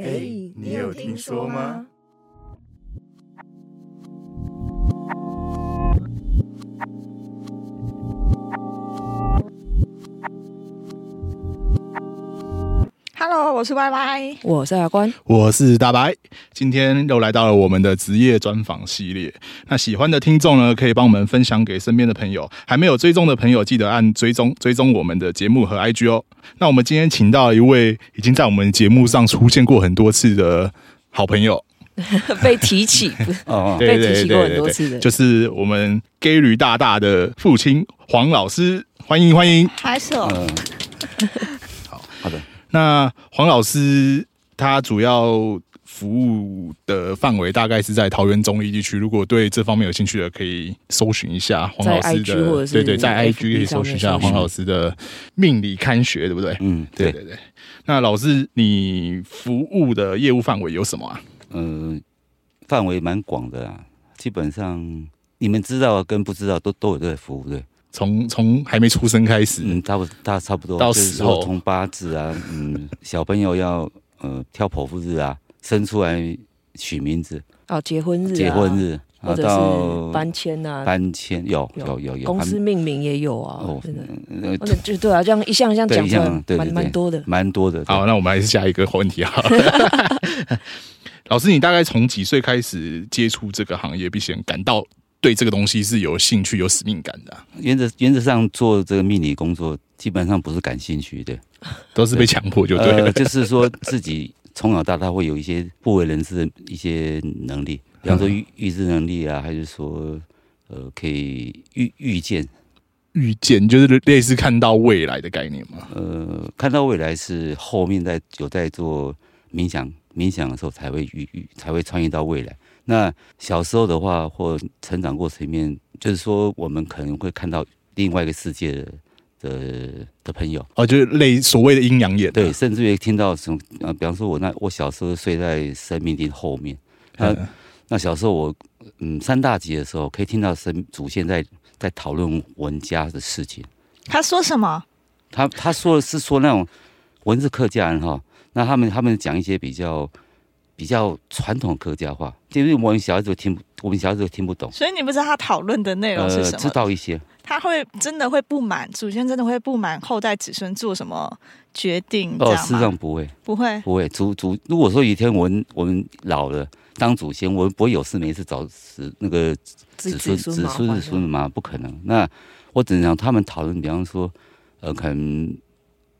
哎，你有听说吗？ ？Hello，我是 Y Y。我是阿关，我是大白，今天又来到了我们的职业专访系列。那喜欢的听众呢，可以帮我们分享给身边的朋友，还没有追踪的朋友，记得按追踪追踪我们的节目和 IG 哦。那我们今天请到一位已经在我们节目上出现过很多次的好朋友， 被提起， 哦，被对提对对起过很对多对次的就是我们 gay 驴大大的父亲黄老师，欢迎欢迎。拍手，嗯，好好的，那黄老师他主要服务的范围大概是在桃园中立地区。如果对这方面有兴趣的，可以搜寻一下黄老师在 IG 或者的，是对对，在 FB IG 可以搜寻一下上面搜寻黄老师的命理看学，对不对？嗯，对对，对对。那老师，你服务的业务范围有什么啊？嗯，范围蛮广的啦，基本上你们知道跟不知道都都有在服务，对，从从还没出生开始，嗯，差不大差不多，到就是死后说从八字啊，嗯，小朋友要呃挑剖腹日啊，生出来取名字，哦，结婚日、啊、结婚，日，或然后者是到搬迁啊，搬迁，有有有有有，公搬司命名也有啊，哦真的，呃或者就对啊，这样一项一项讲对一出来项，对对蛮对蛮多的。蛮多的，对好，那我们还是下一个问题好了。 老师，你大概从几岁开始接触这个行业，并且感到对这个东西是有兴趣、有使命感的啊、原则原则上做这个命理工作，基本上不是感兴趣的，都是被强迫就对了。呃就是说自己从小到大会有一些不为人知的一些能 力，比方说预预知能力啊，还是说呃可以预预见，预见就是类似看到未来的概念嘛。呃看到未来是后面在有在做冥想冥想的时候才会预预才会穿越到未来。那小时候的话，或成长过程里面，就是说我们可能会看到另外一个世界的的的朋友。哦，就是类所谓的阴阳眼、嗯啊对，，甚至于听到什么，呃，比方说我那我小时候睡在神明厅后面，那、嗯那小时候我，嗯，三大级的时候可以听到神祖先在在讨论文家的事情，他说什么？他他说的是说那种文字客家人哈，那他们他们讲一些比较比较传统客家话，就是我们小孩子听不，我们小孩子听不懂，呃所以你不知道他讨论的内容是什知么？道一些，他会真的会不满，祖先真的会不满后代子孙做什么决定，这哦，样事实吗？上不会不会，不会，祖祖如果说有一天我们我们老了当祖先，我们不会有事没事找死那个自己子孙子子麻孙烦子孙嘛，不可能。那我只能讲他们讨论，比方说，呃，可能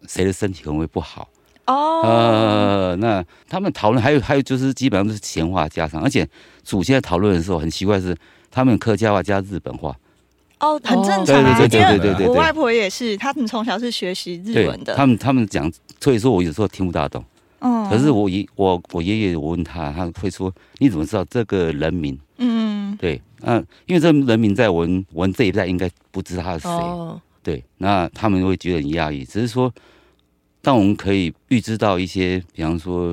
谁的身体可能会不好，哦，呃，那他们讨论还有还有就是基本上都是闲话家常，而且祖先在讨论的时候很奇怪是，他们客家话加日本话，哦，很正对常啊，对对因为对对对对我外对，婆也是，她们从小是学习日对文的，他们他们讲，所以说我有时候听不大懂。嗯，可是我爷我我爷爷我问他，他会说你怎么知道这个人名？嗯，对，嗯、因为这个人名在我们我们这一代应该不知道他是谁。哦，对，那他们会觉得很压抑，只是说，当我们可以预知到一些，比方说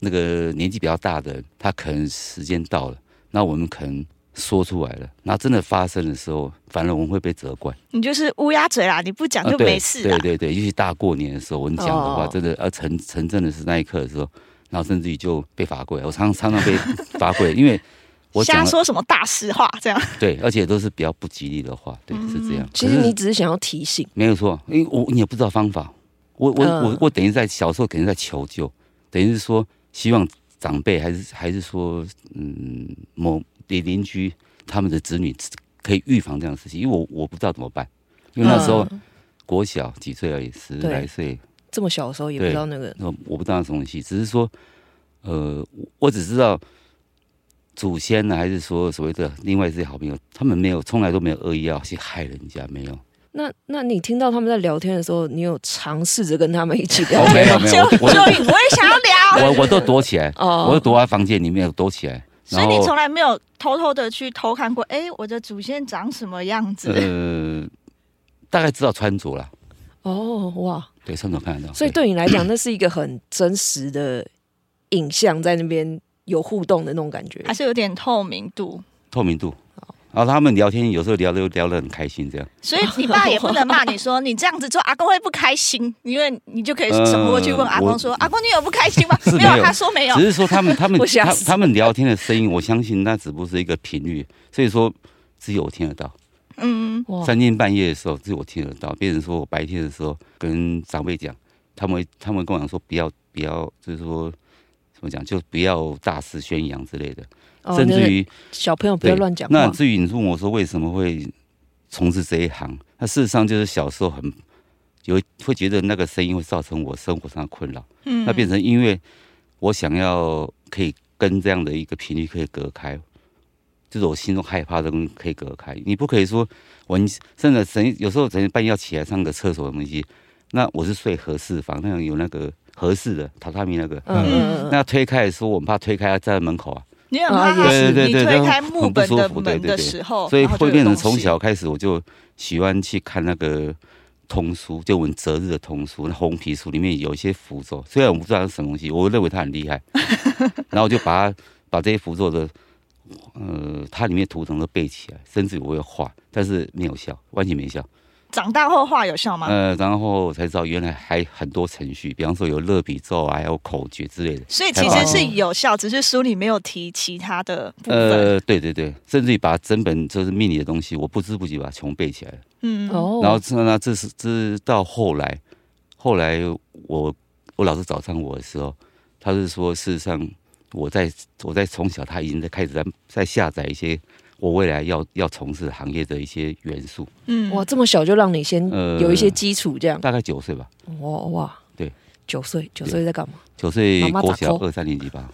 那个年纪比较大的人，他可能时间到了，那我们可能说出来了，那真的发生的时候，反而我们会被责怪。啊你就是乌鸦嘴啦，你不讲就对没事啦对。对对，尤其大过年的时候，我们讲的话，哦真的呃成成真的是那一刻的时候，然后甚至于就被罚跪，我常常常被 罚跪，因为我瞎讲的说什么大实话这样。对，而且都是比较不吉利的话，对，是嗯这样。其可实是你只是想要提醒，没有错，因为我你也不知道方法，我我、嗯我我等于在小时候等于在求救，等于是说希望长辈还是还是说嗯某邻邻居他们的子女可以预防这样的事情，因为我我不知道怎么办，因为那时候嗯国小几岁而已，十对来岁，这么小的时候也不知道那个那我不知道什么东西，只是说呃我我只知道。祖先啊呢，还是说所谓的另外这些好朋友，他们没有，从来都没有恶意要去害人家，没有。那那你听到他们在聊天的时候，你有尝试着跟他们一起聊哦天没有吗？没就有，我我就我也想要聊，我我都躲起来，哦我都躲在房间里面躲起来。所然以后你从来没有偷偷的去偷看过，哎，我的祖先长什么样子？呃，大概知道穿着啦，哦，哇！对，穿着看得到。所以对你来讲，那是一个很真实的影像，在那边有互动的那种感觉。还是有点透明度。哦透明度，然后他们聊天有时候聊得聊得很开心，这样。所以你爸也不能骂你说你这样子做，阿公会不开心，因为你就可以什么过去问阿 公说：“阿公，你有不开心吗？”是没有有，他说没有只。是说他们他们哎 我吓他死他们聊天的声音，我相信那只不过是一个频率，所以说只有我听得到。嗯，哇，三更半夜的时候，只有我听得到。变成说我白天的时候跟长辈讲，他们会他们跟我讲说不要不要，就是说怎么讲，就不要大肆宣扬之类的，哦甚至于那小朋友不对要乱讲那话，至于你问我说为什么会从事这一行，那事实上就是小时候很有会觉得那个声音会造成我生活上的困扰，嗯，那变成因为我想要可以跟这样的一个频率可以隔开，就是我心中害怕的东西可以隔开，你不可以说我你甚至神有时候整半夜要起来上个厕所的东西，那我是睡合适房，那种有那个合适的榻榻米那个。嗯嗯嗯那推开的时候，我们怕推开，站在门口啊，你很怕啊也是对你对对推开木本很的不舒服对门对的对时候，所以哦然后就会有变成东西从小开始我就喜欢去看那个通书，就我们择日的通书，那红皮书里面有一些符咒，虽然我不知道它是什么东西，我认为它很厉 害，然后我就把它把这些符咒的呃它里面图腾都背起来，甚至我有画，但是没有效，完全没效。长大后话有效吗？呃，然后我才知道原来还很多程序，比方说有乐比咒啊，还有口诀之类的。所以其实是有效，只是书里没有提其他的部分。呃，对对对，甚至于把整本就是命理的东西，我不知不觉把它全部背起来了。嗯，哦，然后这那这是这到后来，后来我我老师找上我的时候，他是说事实上我在我在从小他已经在开始在在下载一些我未来要要从事行业的一些元素，嗯，哇，这么小就让你先呃有一些基础，这样大概九岁吧，哇哇，对，九岁九岁在干嘛？九岁妈妈国咋小抠二三年级吧，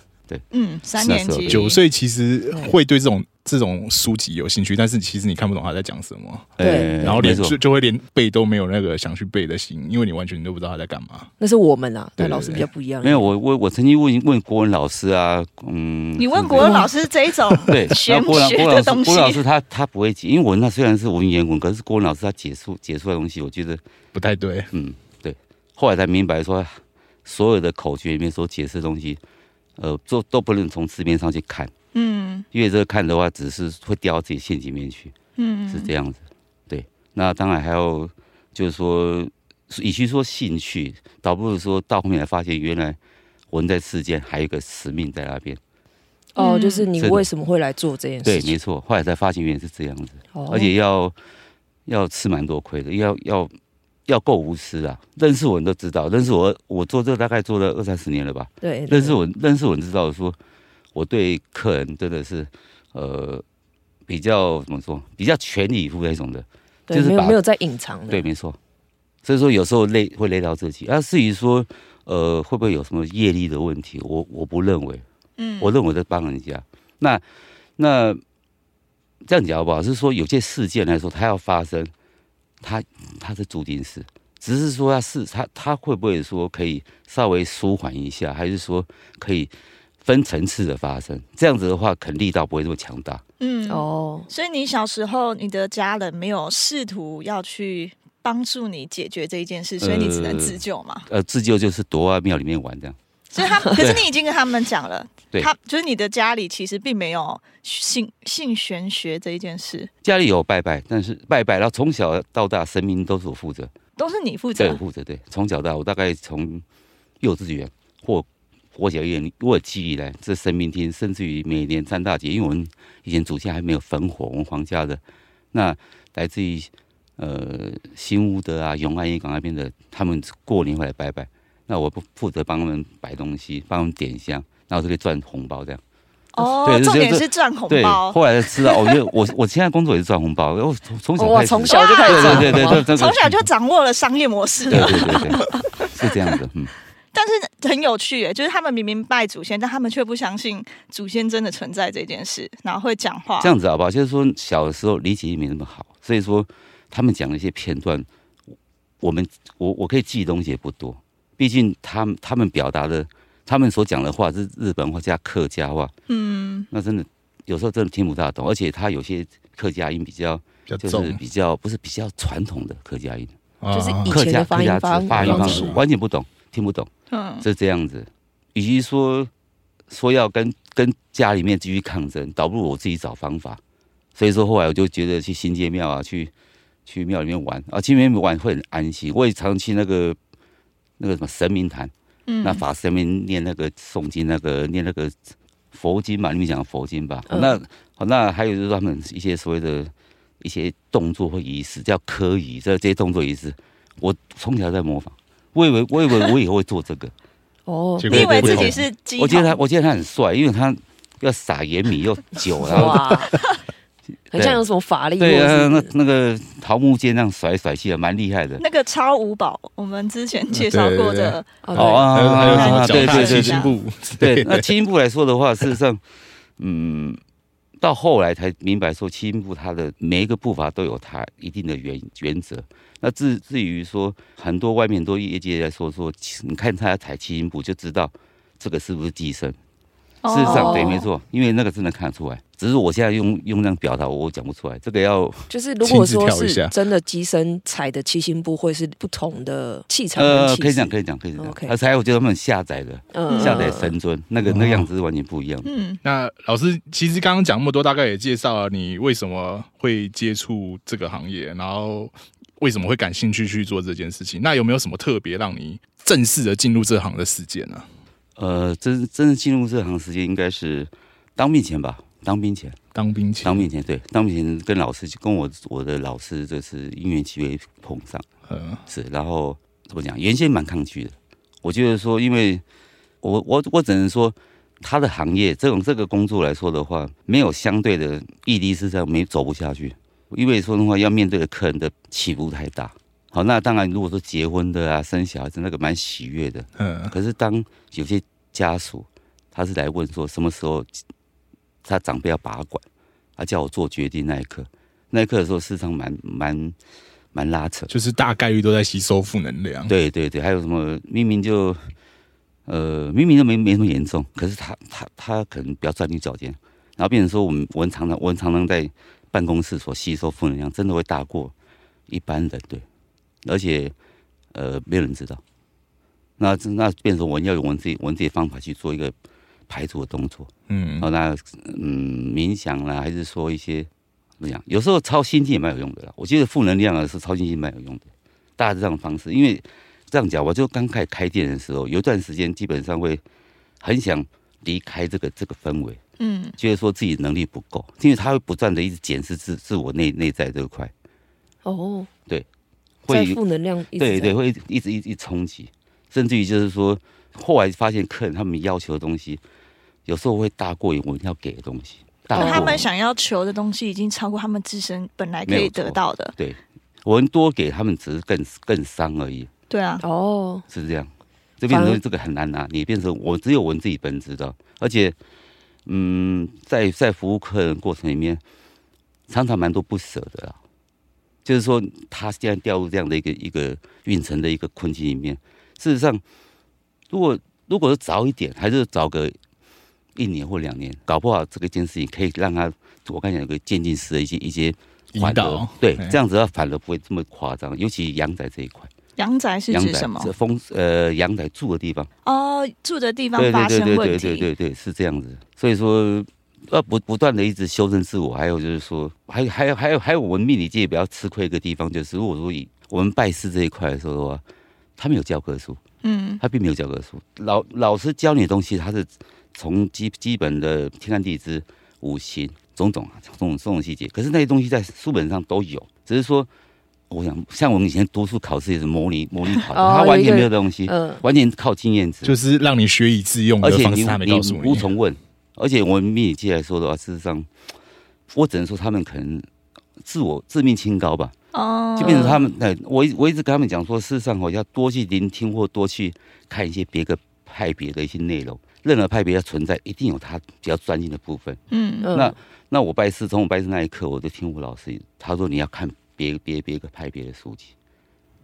嗯，三那年时候级九岁其实会对这种这种书籍有兴趣，但是其实你看不懂他在讲什么，对呃然后没连错就就会连背都没有那个想去背的心，因为你完全都不知道他在干嘛。那是我们啊，对那对老师比较不一样，没有我我我曾经问问国文老师啊，嗯，你问甚至国文老师这一种 对，玄然后郭老学郭老的师东郭老师西，他他不会解，因为我那虽然是文言文，可是郭文老师他解出解出来的东西，我觉得不太对，嗯，对。后来才明白说，所有的口诀里面所解释的东西，呃，都都不能从字面上去看，嗯因为这个看的话，只是会掉到自己陷阱里面去，是嗯，这样子。对，那当然还有就是说，与其说兴趣，倒不如说到后面才发现，原来我们在世间还有一个使命在那边。哦，嗯就是你是的为什么会来做这件对事，情？没错。后来才发现原来是这样子，哦而且要要吃蛮多亏的，要要。要够无私啊！认识我人都知道，认识我，我做这个大概做了二三十年了吧。对，认识我认识我，知道说我对客人真的是呃比较怎么说，比较全力以赴那种的。对，就是没有把没有在隐藏的，对，没错。所以说有时候累会累到自己。啊，至于说呃会不会有什么业力的问题，我我不认为，嗯，我认为我在帮人家。那那这样讲好不好？是说有些事件来说，它要发生，它它是注定是。只是说它是它它会不会说可以稍微舒缓一下，还是说可以分层次的发生？这样子的话，肯力道不会这么强大。嗯哦。哦，所以你小时候，你的家人没有试图要去帮助你解决这一件事，所以你只能自救嘛。呃，自救就是躲到庙里面玩这样。所以他，可是你已经跟他们讲了，对他就是你的家里其实并没有性性玄学这一件事，家里有拜拜，但是拜拜，然后从小到大神明都是我负责，都是你负对，责我。负责，对，从小到大，我大概从幼稚园或国小一年，我有记忆以来，这神明厅，甚至于每年三大节，因为我们以前祖先还没有焚火，我们皇家的，那来自于呃新屋的啊、永安渔港那边的，他们过年会来拜拜，那我不负责帮他们摆东西，帮他们点香，然后就可以赚红包这样。哦对，重点这是赚红对，包。后来才知道，哦，因为我我现在工作也是赚红包，我从从小哦哇，开始，从小就开始对做对对对，这个从小就掌握了商业模式对了，对对对，是这样子，嗯，但是很有趣耶，就是他们明明拜祖先，但他们却不相信祖先真的存在这件事，然后会讲话这。样子好不好？就是说小的时候理解力没那么好，所以说他们讲的一些片段，我们我我可以记的东西也不多，毕竟他们他们表达的，他们所讲的话是日本话加客家话，嗯，那真的有时候真的听不大懂，而且他有些客家音比较比较就是重，比较不是比较传统的客家音，就是啊以客前家的发客音家方字发音方式式完全不懂，听不懂。嗯，是这样子。与其说说要跟跟家里面继续抗争，倒不如我自己找方法。所以说后来我就觉得去新界庙啊，去去庙里面玩啊，去庙里面玩会很安心。我也常去那个那个什么神明坛，嗯，那法师那边念那个诵经，那个念那个佛经嘛，你们讲佛经吧。嗯那好，那还有就是他们一些所谓的一些动作或仪式，叫科仪，这这些动作仪式，我从小在模仿。我以为，我以为我以后会做这个，哦，结你以果为不自同己是鸡？我觉得他，我觉得他很帅，因为他要撒盐米又酒，然后 哇， 很像有什么法力，对或者啊，是那那个桃木剑那样甩来甩去的，蛮厉害的。那个超五宝，我们之前介绍过的，哦哦，还有还有什么啊，对脚踏对七对对，星步 对，那七音部来说的话，事实上，嗯，到后来才明白说，七音部它的每一个步伐都有它一定的原原则。那至至于说，很多外面很多业界在说说，你看他踩七音部就知道这个是不是寄生。哦事实上，对，没，错，因为那个真的看得出来。只是我现在用用那样表达，我讲不出来。这个要就是如果说亲自跳一下是真的机身踩的七星步，会是不同的气场跟呃，气可以讲，势，可以讲，可以讲。 OK 而且还有就是他们下载的嗯下载神尊，那个那个样子是完全不一样的。嗯，那老师，其实刚刚讲那么多，大概也介绍了你为什么会接触这个行业，然后为什么会感兴趣去做这件事情。那有没有什么特别让你正式的进入这行的啊事件呢、嗯呃，真真正进入这行时间应该是当兵前吧，当兵前，当兵前，当兵前，对，当兵前跟老师跟我我的老师就是因缘机会碰上，呃，是，然后怎么讲，原先蛮抗拒的，我觉得说，因为我我我只能说。他的行业，这种这个工作来说的话，没有相对的毅力，是上没走不下去。因为说的话，要面对的客人的起伏太大。好，那当然，如果说结婚的啊、生小孩子，那个蛮喜悦的。嗯，可是当有些家属他是来问说什么时候他长辈要把管，他叫我做决定那一刻，那一刻的时候，市场蛮蛮蛮拉扯。就是大概率都在吸收负能量。，对对对，还有什么明明就呃明明都没没那么严重，可是他他他可能比较钻牛角尖，然后变成说我们我们常常我们常常在办公室所吸收负能量，真的会大过一般人，对，而且呃没有人知道，那这那变成说我们要用我们自己我们自己的方法去做一个排除的动作，嗯然，后哦那嗯冥想啦，还是说一些怎么讲？有时候超心经也蛮有用的啦。我觉得负能量啊是超心经蛮有用的，大致上的方式。因为这样讲，我就刚开始开店的时候，有一段时间基本上会很想离开这个这个氛围，嗯，觉得说自己能力不够，因为他会不断的一直检视自自我内内在这一块，哦，在会负能量一直对在对，会一直一直一直冲击，甚至于就是说，后来发现客人他们要求的东西，有时候会大过于我们要给的东西，大过哦他于们想要求的东西已经超过他们自身本来可没以有错得到的，对，我们多给他们只是更更伤而已，对啊，哦，是这样。这变反成而这个很难拿，你变成我只有我们自己本人知道，而且，嗯，在在服务客人过程里面，常常蛮多不舍的啦。啊就是说，他现在掉入这样的一个一个运程的一个困境里面。事实上，如果如果是早一点，还是早个一年或两年，搞不好这个件事情可以让他，我刚才有个渐进式的一些一些引反而导，对，哎这样子它反而不会这么夸张，尤其阳宅这一块，阳宅是阳指宅什么？这风呃阳宅住的地方，哦，住的地方对对发对生对问对题，对对对，是这样子。所以说要不不断的一直修正自我，还有就是说，还有还有还有还有我们命理界比较吃亏一个地方，就是如果说以我们拜师这一块来说的话，他们有教科书，嗯，他并没有教科书，老老师教你的东西，他是从基基本的天干地支、五行种种啊，种种种种细节。可是那些东西在书本上都有，只是说，我想像我们以前读书考试也是模拟模拟考的，哦他完有一全个没有东西，嗯，完全靠经验值，就是让你学以致用而的且方你式，他没告诉无你。从问。而且我们命理界来说的话，事实上，我只能说他们可能自我自命清高吧，哦就，变成他们，哎，我一我一直跟他们讲说，事实上哦，要多去聆听或多去看一些别个派别的一些内容。任何派别要存在，一定有他比较专精的部分。嗯，嗯那那我拜师，从我拜师那一刻，我就听我老师他说你要看别别别个派别的书籍，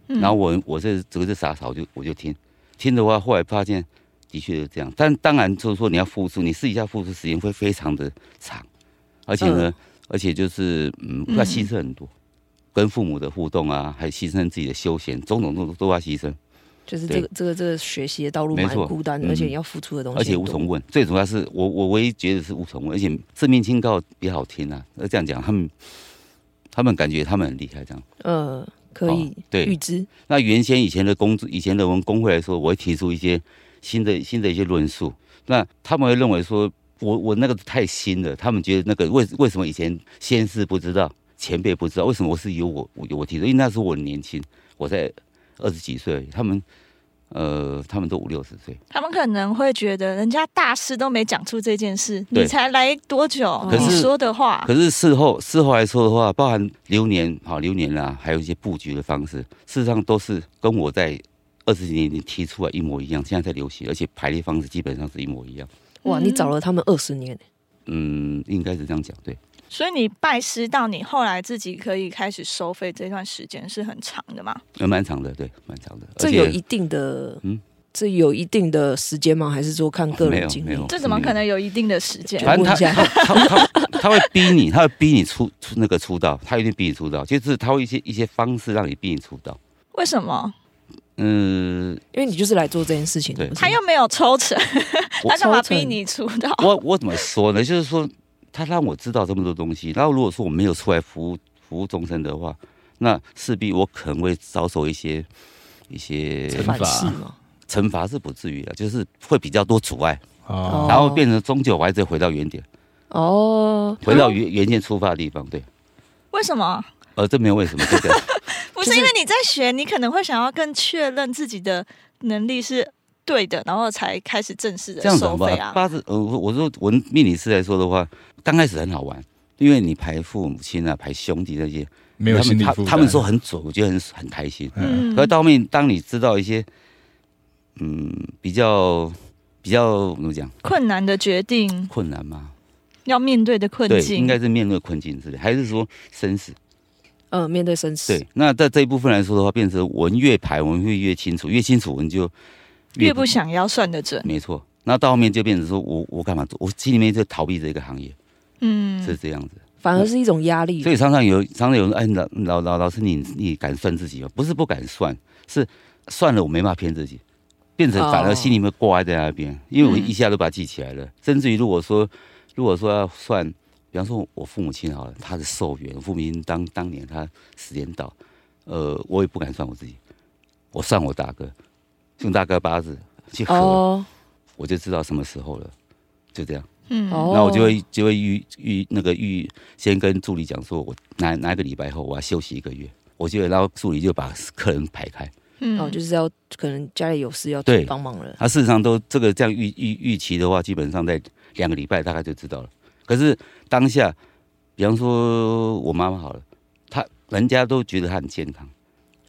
嗯然后我我这这是傻傻，我就我就听听的话，后来发现的确是这样。但当然就是说你要付出，你试一下付出时间会非常的长，而且呢，而且就是嗯，嗯要牺牲很多，跟父母的互动啊，还牺牲自己的休闲，种种都都要牺牲。就是这个这个这个学习的道路没蛮错孤单的，嗯而且要付出的东西，而且无从。问，最主要是我我唯一觉得是无从问，而且正面清告也好听啊。那这样讲，他们他们感觉他们很厉害，这样。呃，可以哦对预知，那原先以前的工作，以前的我们工会来说，我会提出一些新的新的一些论述。那他们会认为说，我我那个太新了，他们觉得那个为为什么以前先是不知道，前辈不知道，为什么我是由我我我提出？因为那时候我年轻，我在二十几岁，他们呃他们都五六十岁，他们可能会觉得人家大师都没讲出这件事，对你才来多久？可你是说的话啊可，是事后事后来说的话，包含流年好流年啦、还有一些布局的方式，事实上都是跟我在二十几年前提出来一模一样，现在在流行，而且排列方式基本上是一模一样。哇，嗯你找了他们二十年，嗯，应该是这样讲，对，所以你拜师到你后来自己可以开始收费，这段时间是很长的嘛？呃，蛮长的，对，蛮长的。这而且有一定的，嗯这有一定的时间吗？还是说看个没人有经没历？有这怎么可能有一定的时间？反正他问一下他他他他会逼你，他会逼你出出那个出道，他一定逼你出道，就是他会一些一些方式让你逼你出道。为什么？嗯，因为你就是来做这件事情的，对不是他又没有抽成，我他干嘛抽成逼你出道？我我怎么说呢？就是说，他让我知道这么多东西，然后如果说我没有出来服务服务终身的话，那势必我可能会遭受一些一些惩反罚噬嘛？惩罚，是不至于的，就是会比较多阻碍，哦，然后变成终究我还是回到原点，哦，回到原原先出发的地方。对，为什么？呃，这没有为什么， 就这样。不就是是因为你在学，你可能会想要更确认自己的能力是对的，然后才开始正式的这样子收好费吧啊，。八字呃，我我说我命理师来说的话，刚开始很好玩，因为你排父母亲啊，排兄弟这些，没有他心们理他负担。他们说很准，我觉得很很开心。嗯，可是到后面，当你知道一些，嗯，比较比较怎么讲困难的决定困难嘛，要面对的困对，境，应该是面对困境之类，还是说生死？呃，面对生死，对，那在这一部分来说的话，变成我们越排，我们会越清楚，越清楚我们就越不想要算得准。没错。那到后面就变成说我我干嘛做？我心里面就逃避这个行业，嗯，是这样子。反而是一种压力所。以常常有常常有人说哎老老老老师你你敢算自己吗？不是不敢算，是算了我没办法骗自己，变成反而哦心里面挂在那边，因为我嗯一下都把它记起来了。甚至于如果说如果说要算，比方说我父母亲好了，他的寿元，我父母亲当当年他时间到，呃，我也不敢算我自己，我算我大哥，用大哥八字去合，哦我就知道什么时候了，就这样。嗯哦，那我就会就会预预那个预先跟助理讲说，我哪哪一个礼拜后我要休息一个月，我就会然后助理就把客人排开。嗯哦，就是要可能家里有事要对帮忙了。那、事实上都这个这样预预预期的话，基本上在两个礼拜大概就知道了。可是当下，比方说我妈妈好了，她人家都觉得她很健康，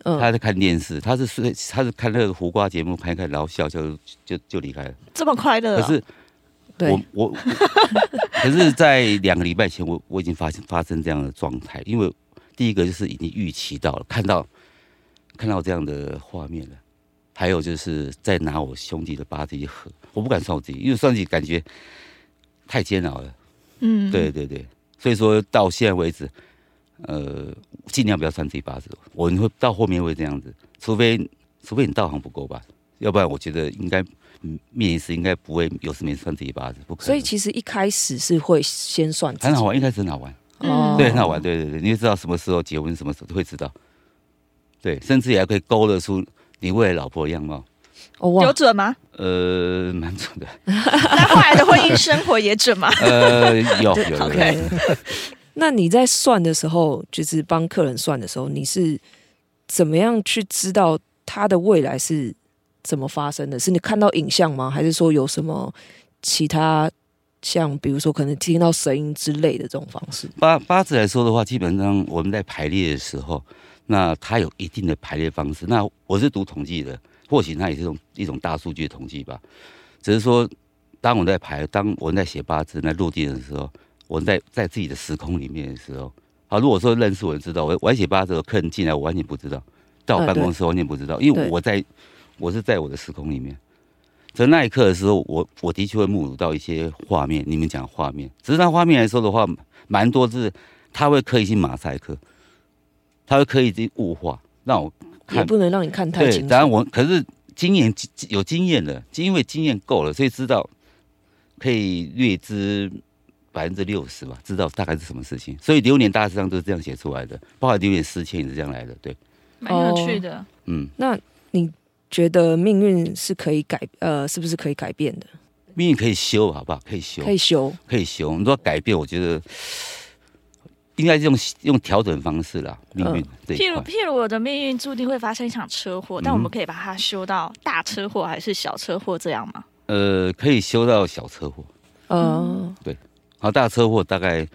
她嗯，在看电视，她是睡她是看那个胡瓜节目，看一看然后笑笑就就就离开了。这么快乐啊可哦、是我对，我，我可是，在两个礼拜前，我我已经发现发生这样的状态，因为第一个就是已经预期到了，看到看到这样的画面了，还有就是再拿我兄弟的八字去合，我不敢算我自己，因为算自己感觉太煎熬了。嗯，对，对对，所以说到现在为止，呃，尽量不要算自己八字，我们会到后面会这样子，除非除非你道行不够吧，要不然我觉得应该。嗯面临时应该不会有事没事算自己八字，不可能。所以其实一开始是会先算自很己好玩，一开始很好玩，哦，对，很好玩，对对对，你就知道什么时候结婚，什么时候会知道，对，甚至也还可以勾勒出你未来老婆的样貌，哦有哇，准吗？呃，蛮准的，那后来的婚姻生活 也准吗？ 呃，有有有有， OK，那你在算的时候，就是帮客人算的时候，你是怎么样去知道他的未来是怎么发生的？是你看到影像吗？还是说有什么其他像比如说可能听到声音之类的这种方式？八八字来说的话，基本上我们在排列的时候，那它有一定的排列方式。那我是读统计的，或许它也是一种一种大数据的统计吧。只是说，当我在排，当我在写八字、在落地的时候，我在在自己的时空里面的时候，好，如果说认识我就知道，我我在写八字的时候，客人进来我完全不知道，到我啊办对公室完全不知道，因为对我在我是在我的时空里面。在那一刻的时候，我我的确会目睹到一些画面。你们讲画面，只是那画面来说的话，蛮多是他会刻意去马赛克，他会刻意去物化，让我也看不能让你看太对。清楚当然我可是经验有经验了，因为经验够了，所以知道可以略知百分之六十吧，知道大概是什么事情。所以流年大致上都是这样写出来的，包括流年失签也是这样来的。对，哦蛮有趣的。嗯，那你觉得命运是可以改呃，是不是可以改变的？命运可以修，好不好？可以修，可以修，可以修。你说改变，我觉得应该是用用调整方式啦。命嗯运、对，譬如譬如我的命运注定会发生一场车祸，但我们嗯可以把它修到大车祸还是小车祸这样吗？呃，可以修到小车祸，嗯呃，好啊大车祸大概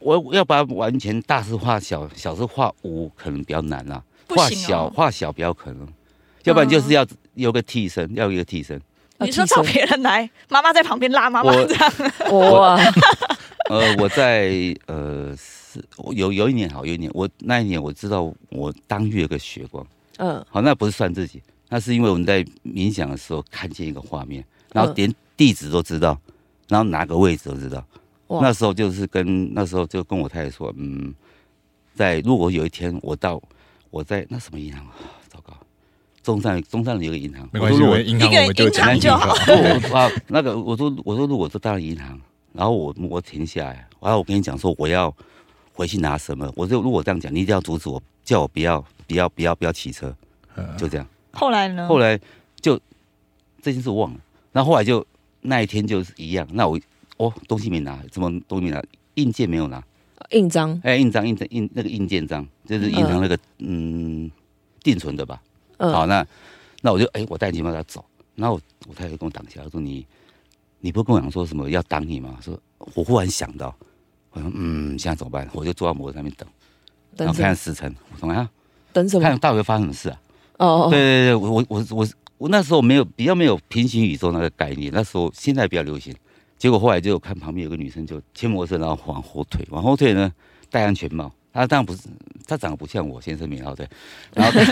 我要把它完全大事化小，小事化无可能比较难啦、啊不化行小哦。化小比较可能，要不然就是要有个替嗯身，要有一个啊替身。要你说提找升别人来，妈妈在旁边拉妈妈我这样，哇，呃，我在呃是我有有一年好，有一年我那一年我知道我当月有个血光，嗯好，那不是算自己，那是因为我们在冥想的时候看见一个画面，然后嗯连地址都知道，然后哪个位置都知道。哇那时候就是跟那时候就跟我太太说，嗯，在如果有一天我到我在那什么银行啊，糟糕，中山中山有个银行，没关系，我说我我们银行一个我们就银行讲就好我啊，那个我说我说如果是到了银行，然后我我停下来，然后我跟你讲说我要回去拿什么，我就如果这样讲，你一定要阻止我，叫我不要不要不要不要骑车， 嗯就这样。 后来呢？后来就这件事我忘了，然后后来就那一天就是一样，那我哦东西没拿，怎么东西没拿，硬件没有拿，印章，哎印章印章印那个硬件章就是银行那个嗯定存的吧，好，嗯，那那我就哎、我戴警帽要走，然后我我太太就跟我挡下来，她说你你不是跟我讲说什么要挡你吗？说我忽然想到，我说嗯，现在怎么办？我就坐在摩托车上面等，然等后什看看么？时辰，我说啊，等什看么？到底会发生什么事啊？哦哦，对对对，我我我我我那时候没有比较没有平行宇宙那个概念，那时候现在比较流行。结果后来就看旁边有个女生就牵摩托车，然后往后退，往后退呢戴安全帽。她当然不是，她长得不像我先生名号对，然后戴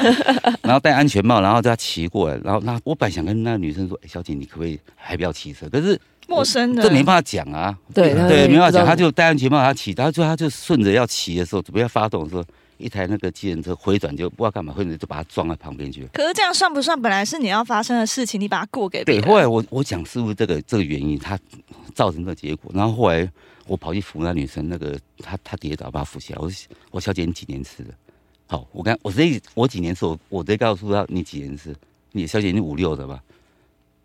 然后戴安全帽，然后她骑过来，然后那我本来想跟那个女生说，哎、小姐你可不可以还不要骑车？可是陌生的，这没办法讲啊，对那对，你没办不法知道讲，他就戴安全帽，他骑，他就他就顺着要骑的时候，准备要发动的时候，一台那个机人车回转就不知道干嘛，回转就把他撞在旁边去了。可是这样算不算本来是你要发生的事情，你把它过给别对，啊人？后来我我讲是不是这个这个原因，他造成这个结果。然后后来我跑去扶那女生，那个她她跌倒，把她扶起来。我说我小姐你几年吃的？好，我跟她我直接我几年吃，我我直接告诉她你几年吃。你小姐你五六的吧？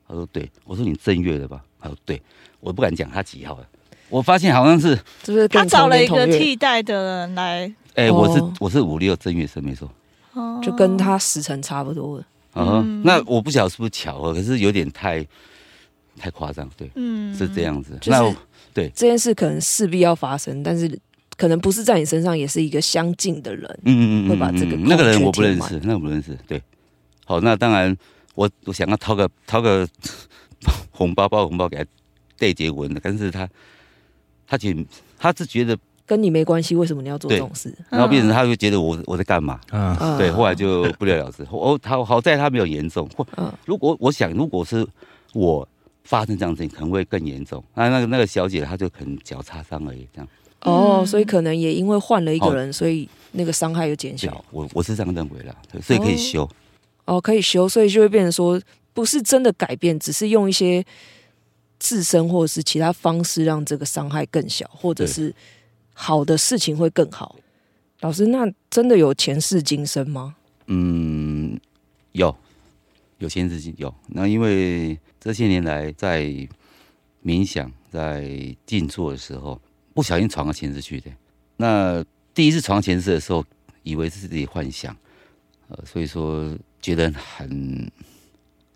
她说对。我说你正月的吧？她说对。我不敢讲她几号的。我发现好像是，就是跟他你找同了年一同个月，替代的人来，哎、我是、哦我是五六正月生没错。哦就跟他时辰差不多的。啊、嗯那我不晓得是不是巧合，可是有点太太夸张，对，嗯是这。样子。就是那我这件事可能势必要发生，但是可能不是在你身上，也是一个相近的人。嗯嗯嗯，会把这个嗯嗯那个空人缺我不认填识，那个我不认识。对，好，那当然我我想要掏个掏个 红包包红包给他对结婚的，但是他他觉得他是觉得，跟你没关系，为什么你要做这对种事？嗯然后变成他就觉得我我在干嘛？ 嗯，啊对，后来就不了了之。哦，他好在他没有严重。或嗯如果我想，如果是我发生这样子，可能会更严重。那那个那个小姐她就可能脚擦伤而已，这样。哦，嗯所以可能也因为换了一个好人，所以那个伤害又减对小。，我我是这样认为啦，对所以可以哦修。哦，可以修，所以就会变成说，不是真的改变，只是用一些自身或者是其他方式让这个伤害更小，或者对是好的事情会更好。老师，那真的有前世今生吗？嗯，有，有前世经有。那因为这些年来在冥想、在静坐的时候，不小心闯到前世去的。那第一次闯到前世的时候，以为是自己幻想，呃，所以说觉得很，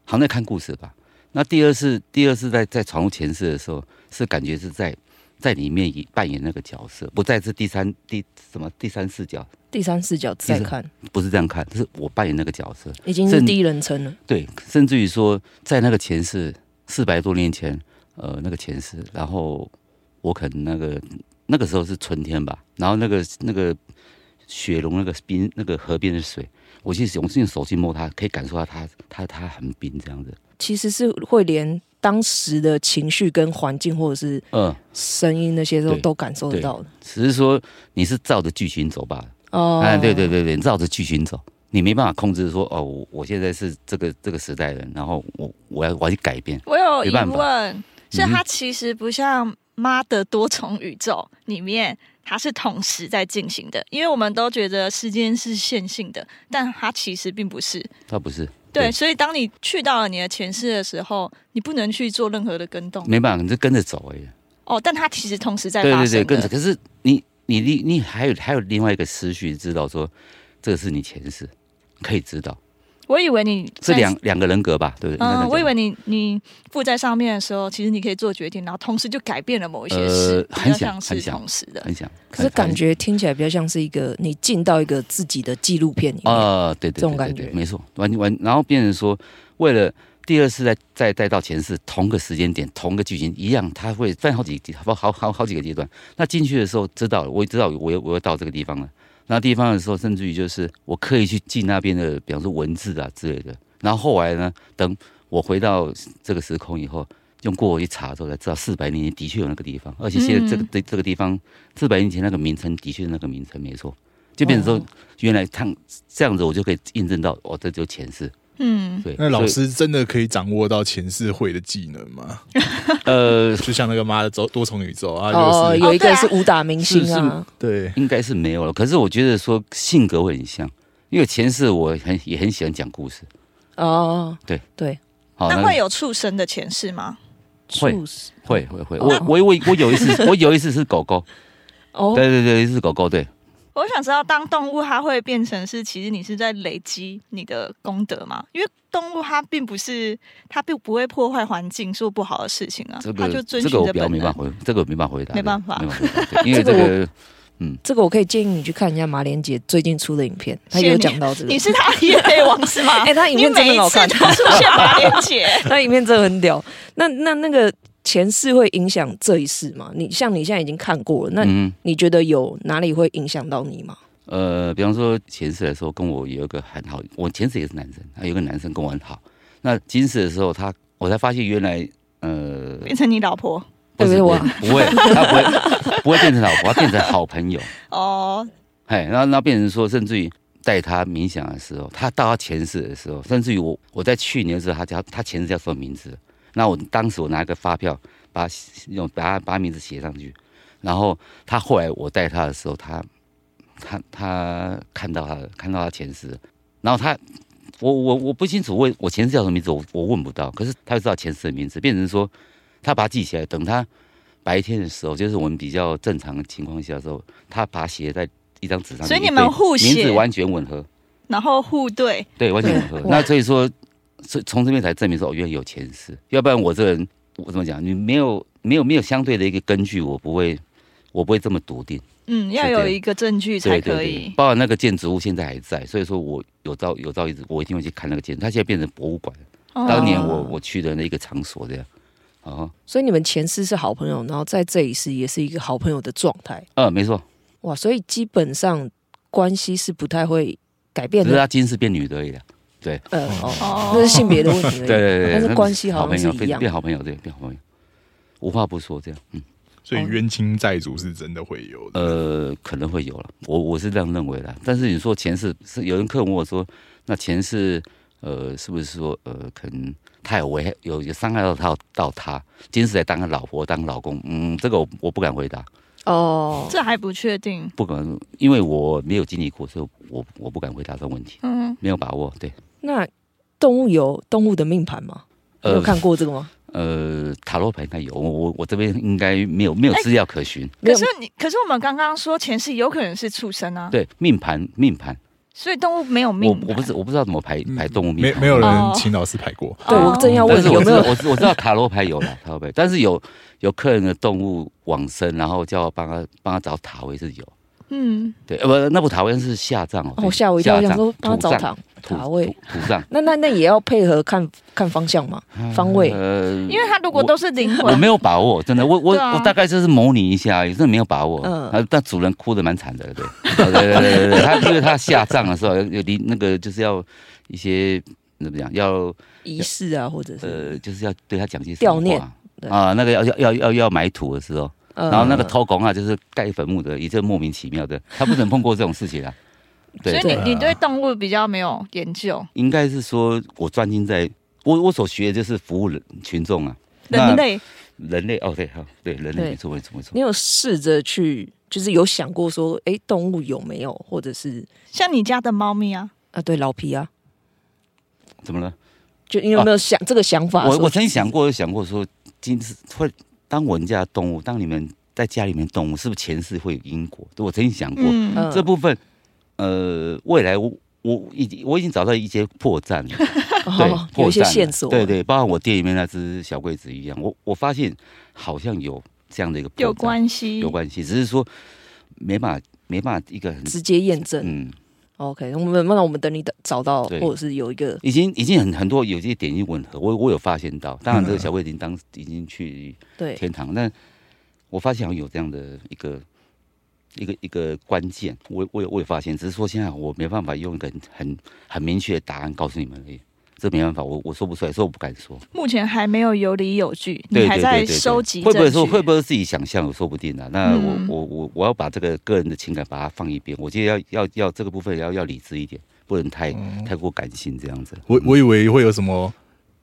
好像在看故事吧。那第二次，第二次在在闯入前世的时候，是感觉是在在里面以扮演那个角色，不再是第三第什么第三视角，第三视角再看，不是这样看，是我扮演那个角色。已经是甚第一人称了。对，甚至于说，在那个前世四百多年前，呃，那个前世，然后我可能那个那个时候是春天吧，然后那个那个雪融那个冰那个河边的水，我去用用手去摸它，可以感受到它它它很冰这样子。其实是会连当时的情绪跟环境或者是嗯，声音那些都对都感受得到的。只是说你是照着剧情走吧？哦啊哎、对对对对，你照着剧情走，你没办法控制说哦，我我现在是这个这个时代人，然后我我要我要去改变。我有没疑办法嗯问，所以它其实不像《妈的多重宇宙》里面，它是同时在进行的，因为我们都觉得时间是线性的，但它其实并不是。他不是对，对所以当你去到了你的前世的时候，你不能去做任何的跟动没办法，你就跟着走而已。哦，但它其实同时在嗯对发对生对，的。跟着。可是你你你你还有还有另外一个思绪，知道说这个是你前世，可以知道我以为你是在两两个人格吧？对不对？应该这嗯，样我以讲为你你附在上面的时候，其实你可以做决定，然后同时就改变了某一些呃事，比很想较像很是想同时的。很想，可是感很觉听起来比较像是一个你进到一个自己的纪录片里面。啊、对对这对种对感对，觉没错，完完，然后变成说，为了第二次再再带到前世，同个时间点，同个剧情一样，它会分好几好好好好几个阶段。那进去的时候知道了，我也知道我又我又到这个地方了。那地方的时候，甚至于就是我刻意去记那边的，比方说文字啊之类的。然后后来呢，等我回到这个时空以后，用过我一查之后才知道，四百年前的确有那个地方，而且现在这个嗯对、这个地方四百年前那个名称的确是那个名称没错，就变成说、哦原来他这样子，我就可以印证到，哦，这就是前世。嗯，对，那老所以师真的可以掌握到前世会的技能吗？呃， 就像那个妈的多多重宇宙啊，哦，就是有一哦对个啊是武打明星啊，对，应该是没有了。可是我觉得说性格会很像，因为前世我很也很喜欢讲故事。哦，对对，好那会有畜生的前世吗？会畜生会会会，哦我我我我有一次我有一次是狗狗，哦，对对对，是狗狗，对，我想知道，当动物它会变成是，其实你是在累积你的功德吗？因为动物它并不是，它并不会破坏环境做不好的事情啊，这它个就遵这循个我着比较本没办能。法回，这个我没办法回答，没办法没办法，对因为这这个我个这个我可以建议你去看一下马莲姐最近出的影片，她谢谢有你讲到这个你。是它的夜配王是吗？ 哎它影片你每真的好一次看都 出现马莲姐，那里面真的很屌。那那那个前世会影响这一世吗？你像你现在已经看过了，那嗯你觉得有哪里会影响到你吗？呃，比方说前世的时候，跟我有一个很好，我前世也是男生，啊有一个男生跟我很好。那今世的时候他，我才发现原来呃哦变成你老婆不对是不不对会，不会，他不会，不会变成老婆，他变成好朋友。哦，哎，然后那变成说，甚至于带他冥想的时候，他到他前世的时候，甚至于我我在去年的时候，他叫他前世叫什么名字？那我当时我拿一个发票，把用把他把他名字写上去，然后他后来我带他的时候，他他他看到他了看到他前世，然后他我我我不清楚问我前世叫什么名字，我我问不到，可是他就知道前世的名字，变成说他把它记起来，等他白天的时候，就是我们比较正常的情况下的时候，他把它写在一张纸上面，所以你对们互名字写完全吻合，然后互对，对，完全对吻合。哇那所以说，所以从这边才证明说，哦，原来有前世，要不然我这个人，我怎么讲？你没有没有没有相对的一个根据，我不会。我不会这么笃定，嗯，要是有的一个证据对才对可对以，。包括那个建筑物现在还在，所以说我有朝有朝一日我一定会去看那个建筑，它现在变成博物馆了。哦当年我我去的那一个场所这样，哦，所以你们前世是好朋友，然后在这一世也是一个好朋友的状态。呃，没错，哇，所以基本上关系是不太会改变只是啊的。他今世变女的而已了。呃哦，哦这是性别的问题而已。对对对，但那是关系好朋像友是一变样。变好朋友，对，变好朋友，无话不说这样。嗯，所以哦冤亲债主是真的会有的。呃，可能会有了，我我是这样认为的。但是你说前世是有人客问我说，那前世呃是不是说呃可能他有危害有有伤害到他到他，今世来当个老婆当老公？嗯，这个我我不敢回答，哦，这还不确定，不敢，因为我没有经历过，所以我我不敢回答这个问题，嗯，没有把握。对，那动物有动物的命盘吗？你有呃看过这个吗？呃，塔罗牌应该有，我我我这边应该没有没有资料可循。没可有是你，可是我们刚刚说前世有可能是畜生啊，对，命盘命盘，所以动物没有我命我不知道，我不知道怎么排排动物命嗯没盘，没有哦人请老师排过，对我正要但问是有我知没道有我知我知道塔罗牌有了塔罗牌，但是有有客人的动物往生，然后叫我帮他帮他找塔位是有，嗯，对，呃不那不塔位是下葬哦，哦，吓我一跳，我想说帮他找塔塔塔位。土 葬那那那也要配合看看方向嘛，方位。呃，因为它如果都是灵我魂，没有把握，真的，我我对啊我大概就是模拟一下而已，真的没有把握。嗯嗯，但主人哭的蛮惨的，对，对对对对对，他因为他下葬的时候有离那个就是要一些怎么讲要。仪式啊，或者是呃，就是要对他讲些什悼么念话对啊，那个要要要要要埋土的时候，呃 然后那个偷工啊，就是盖坟墓的，也就莫名其妙的，他不能碰过这种事情啊。所对以你对你对动物比较没有研究，应该是说我专心在我我所学的就是服务人群众啊，那人类人类哦对，好对人类对没错没错没错你，有试着去，就是有想过说，哎，动物有没有，或者是像你家的猫咪啊，啊，对，老皮啊，怎么了？就你有没有想、这个想法？啊我说我曾经想过，有想过说，今世会当我们家的动物，当你们在家里面的动物，是不是前世会有因果？对我曾经想过、嗯，嗯这部分，呃，未来我我已经我已经找到一些破绽了。对，哦破有一些绽了线索，对，对，包括我店里面那只小桂子一样，我我发现好像有这样的一个破有绽关系，有关系，只是说没办法没办法一个很直接验证。嗯， OK，我们那我们等你找到，对或者是有一个已经已经很很多有些点已经吻合，我我有发现到，当然这个小桂子已经当已经去对天堂，但我发现好像有这样的一个。一个一个关键，我我有我有发现，只是说现在我没办法用一个很很很明确的答案告诉你们而已，这没办法，我我说不出来，所以我不敢说。目前还没有有理有据，你对还对在对对对收集会不会证说据会不会自己想象，说不定啊。那我、嗯我我我要把这个个人的情感把它放一边，我觉得要要要这个部分要要理智一点，不能太、太过感性这样子。嗯我我以为会有什么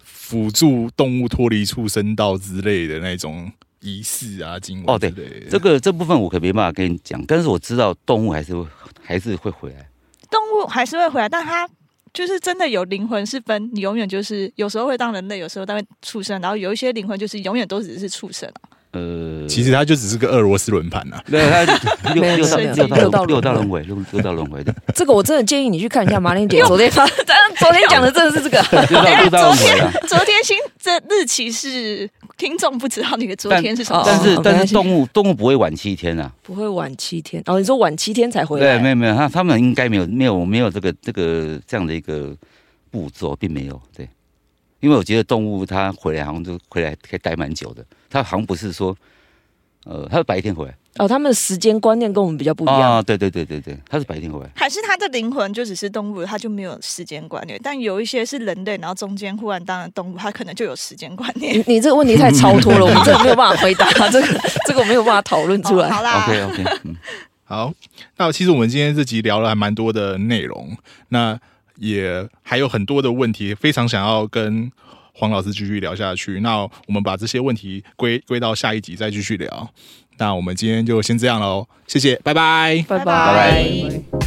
辅助动物脱离畜生道之类的那种仪式啊、经文哦对之类的这个这部分我可没办法跟你讲，但是我知道动物还是会还是会回来。动物还是会回来，但它就是真的有灵魂是分，你永远就是有时候会当人类，有时候当畜生，然后有一些灵魂就是永远都只是畜生、 啊、呃，其实它就只是个俄罗斯轮盘啊。没有 它六没有六没有道没有六道六六道道轮轮回，六六道轮回的， 这个，我真的建议你去看一 下马玲姐昨天发，咱昨天讲的真的是这个，六道六道轮回 啊。昨天新这日期是听众不知道你的昨天是什么，但是哦没但关系是动物动物不会晚七天啊，不会晚七天哦。你说晚七天才回对，没来，有没有，他他们应该没有没有没有这个这个这样的一个步骤，并没有对，因为我觉得动物它回来好像就回来可以待蛮久的，它好像不是说，呃，它是白天回来，哦，他们的时间观念跟我们比较不一样。啊，对对对对对，它是白天回来，还是它的灵魂就只是动物，它就没有时间观念。但有一些是人类，然后中间忽然当了动物，它可能就有时间观念。你你这个问题太超脱了，我们真的没有办法回 答这个，这个我没有办法讨论出哦来。好啦 OK OK，嗯，好，那其实我们今天这集聊了还蛮多的内容，那也还有很多的问题，非常想要跟黄老师继续聊下去。那我们把这些问题归归到下一集再继续聊。那我们今天就先这样喽，谢谢，拜拜。拜拜拜拜。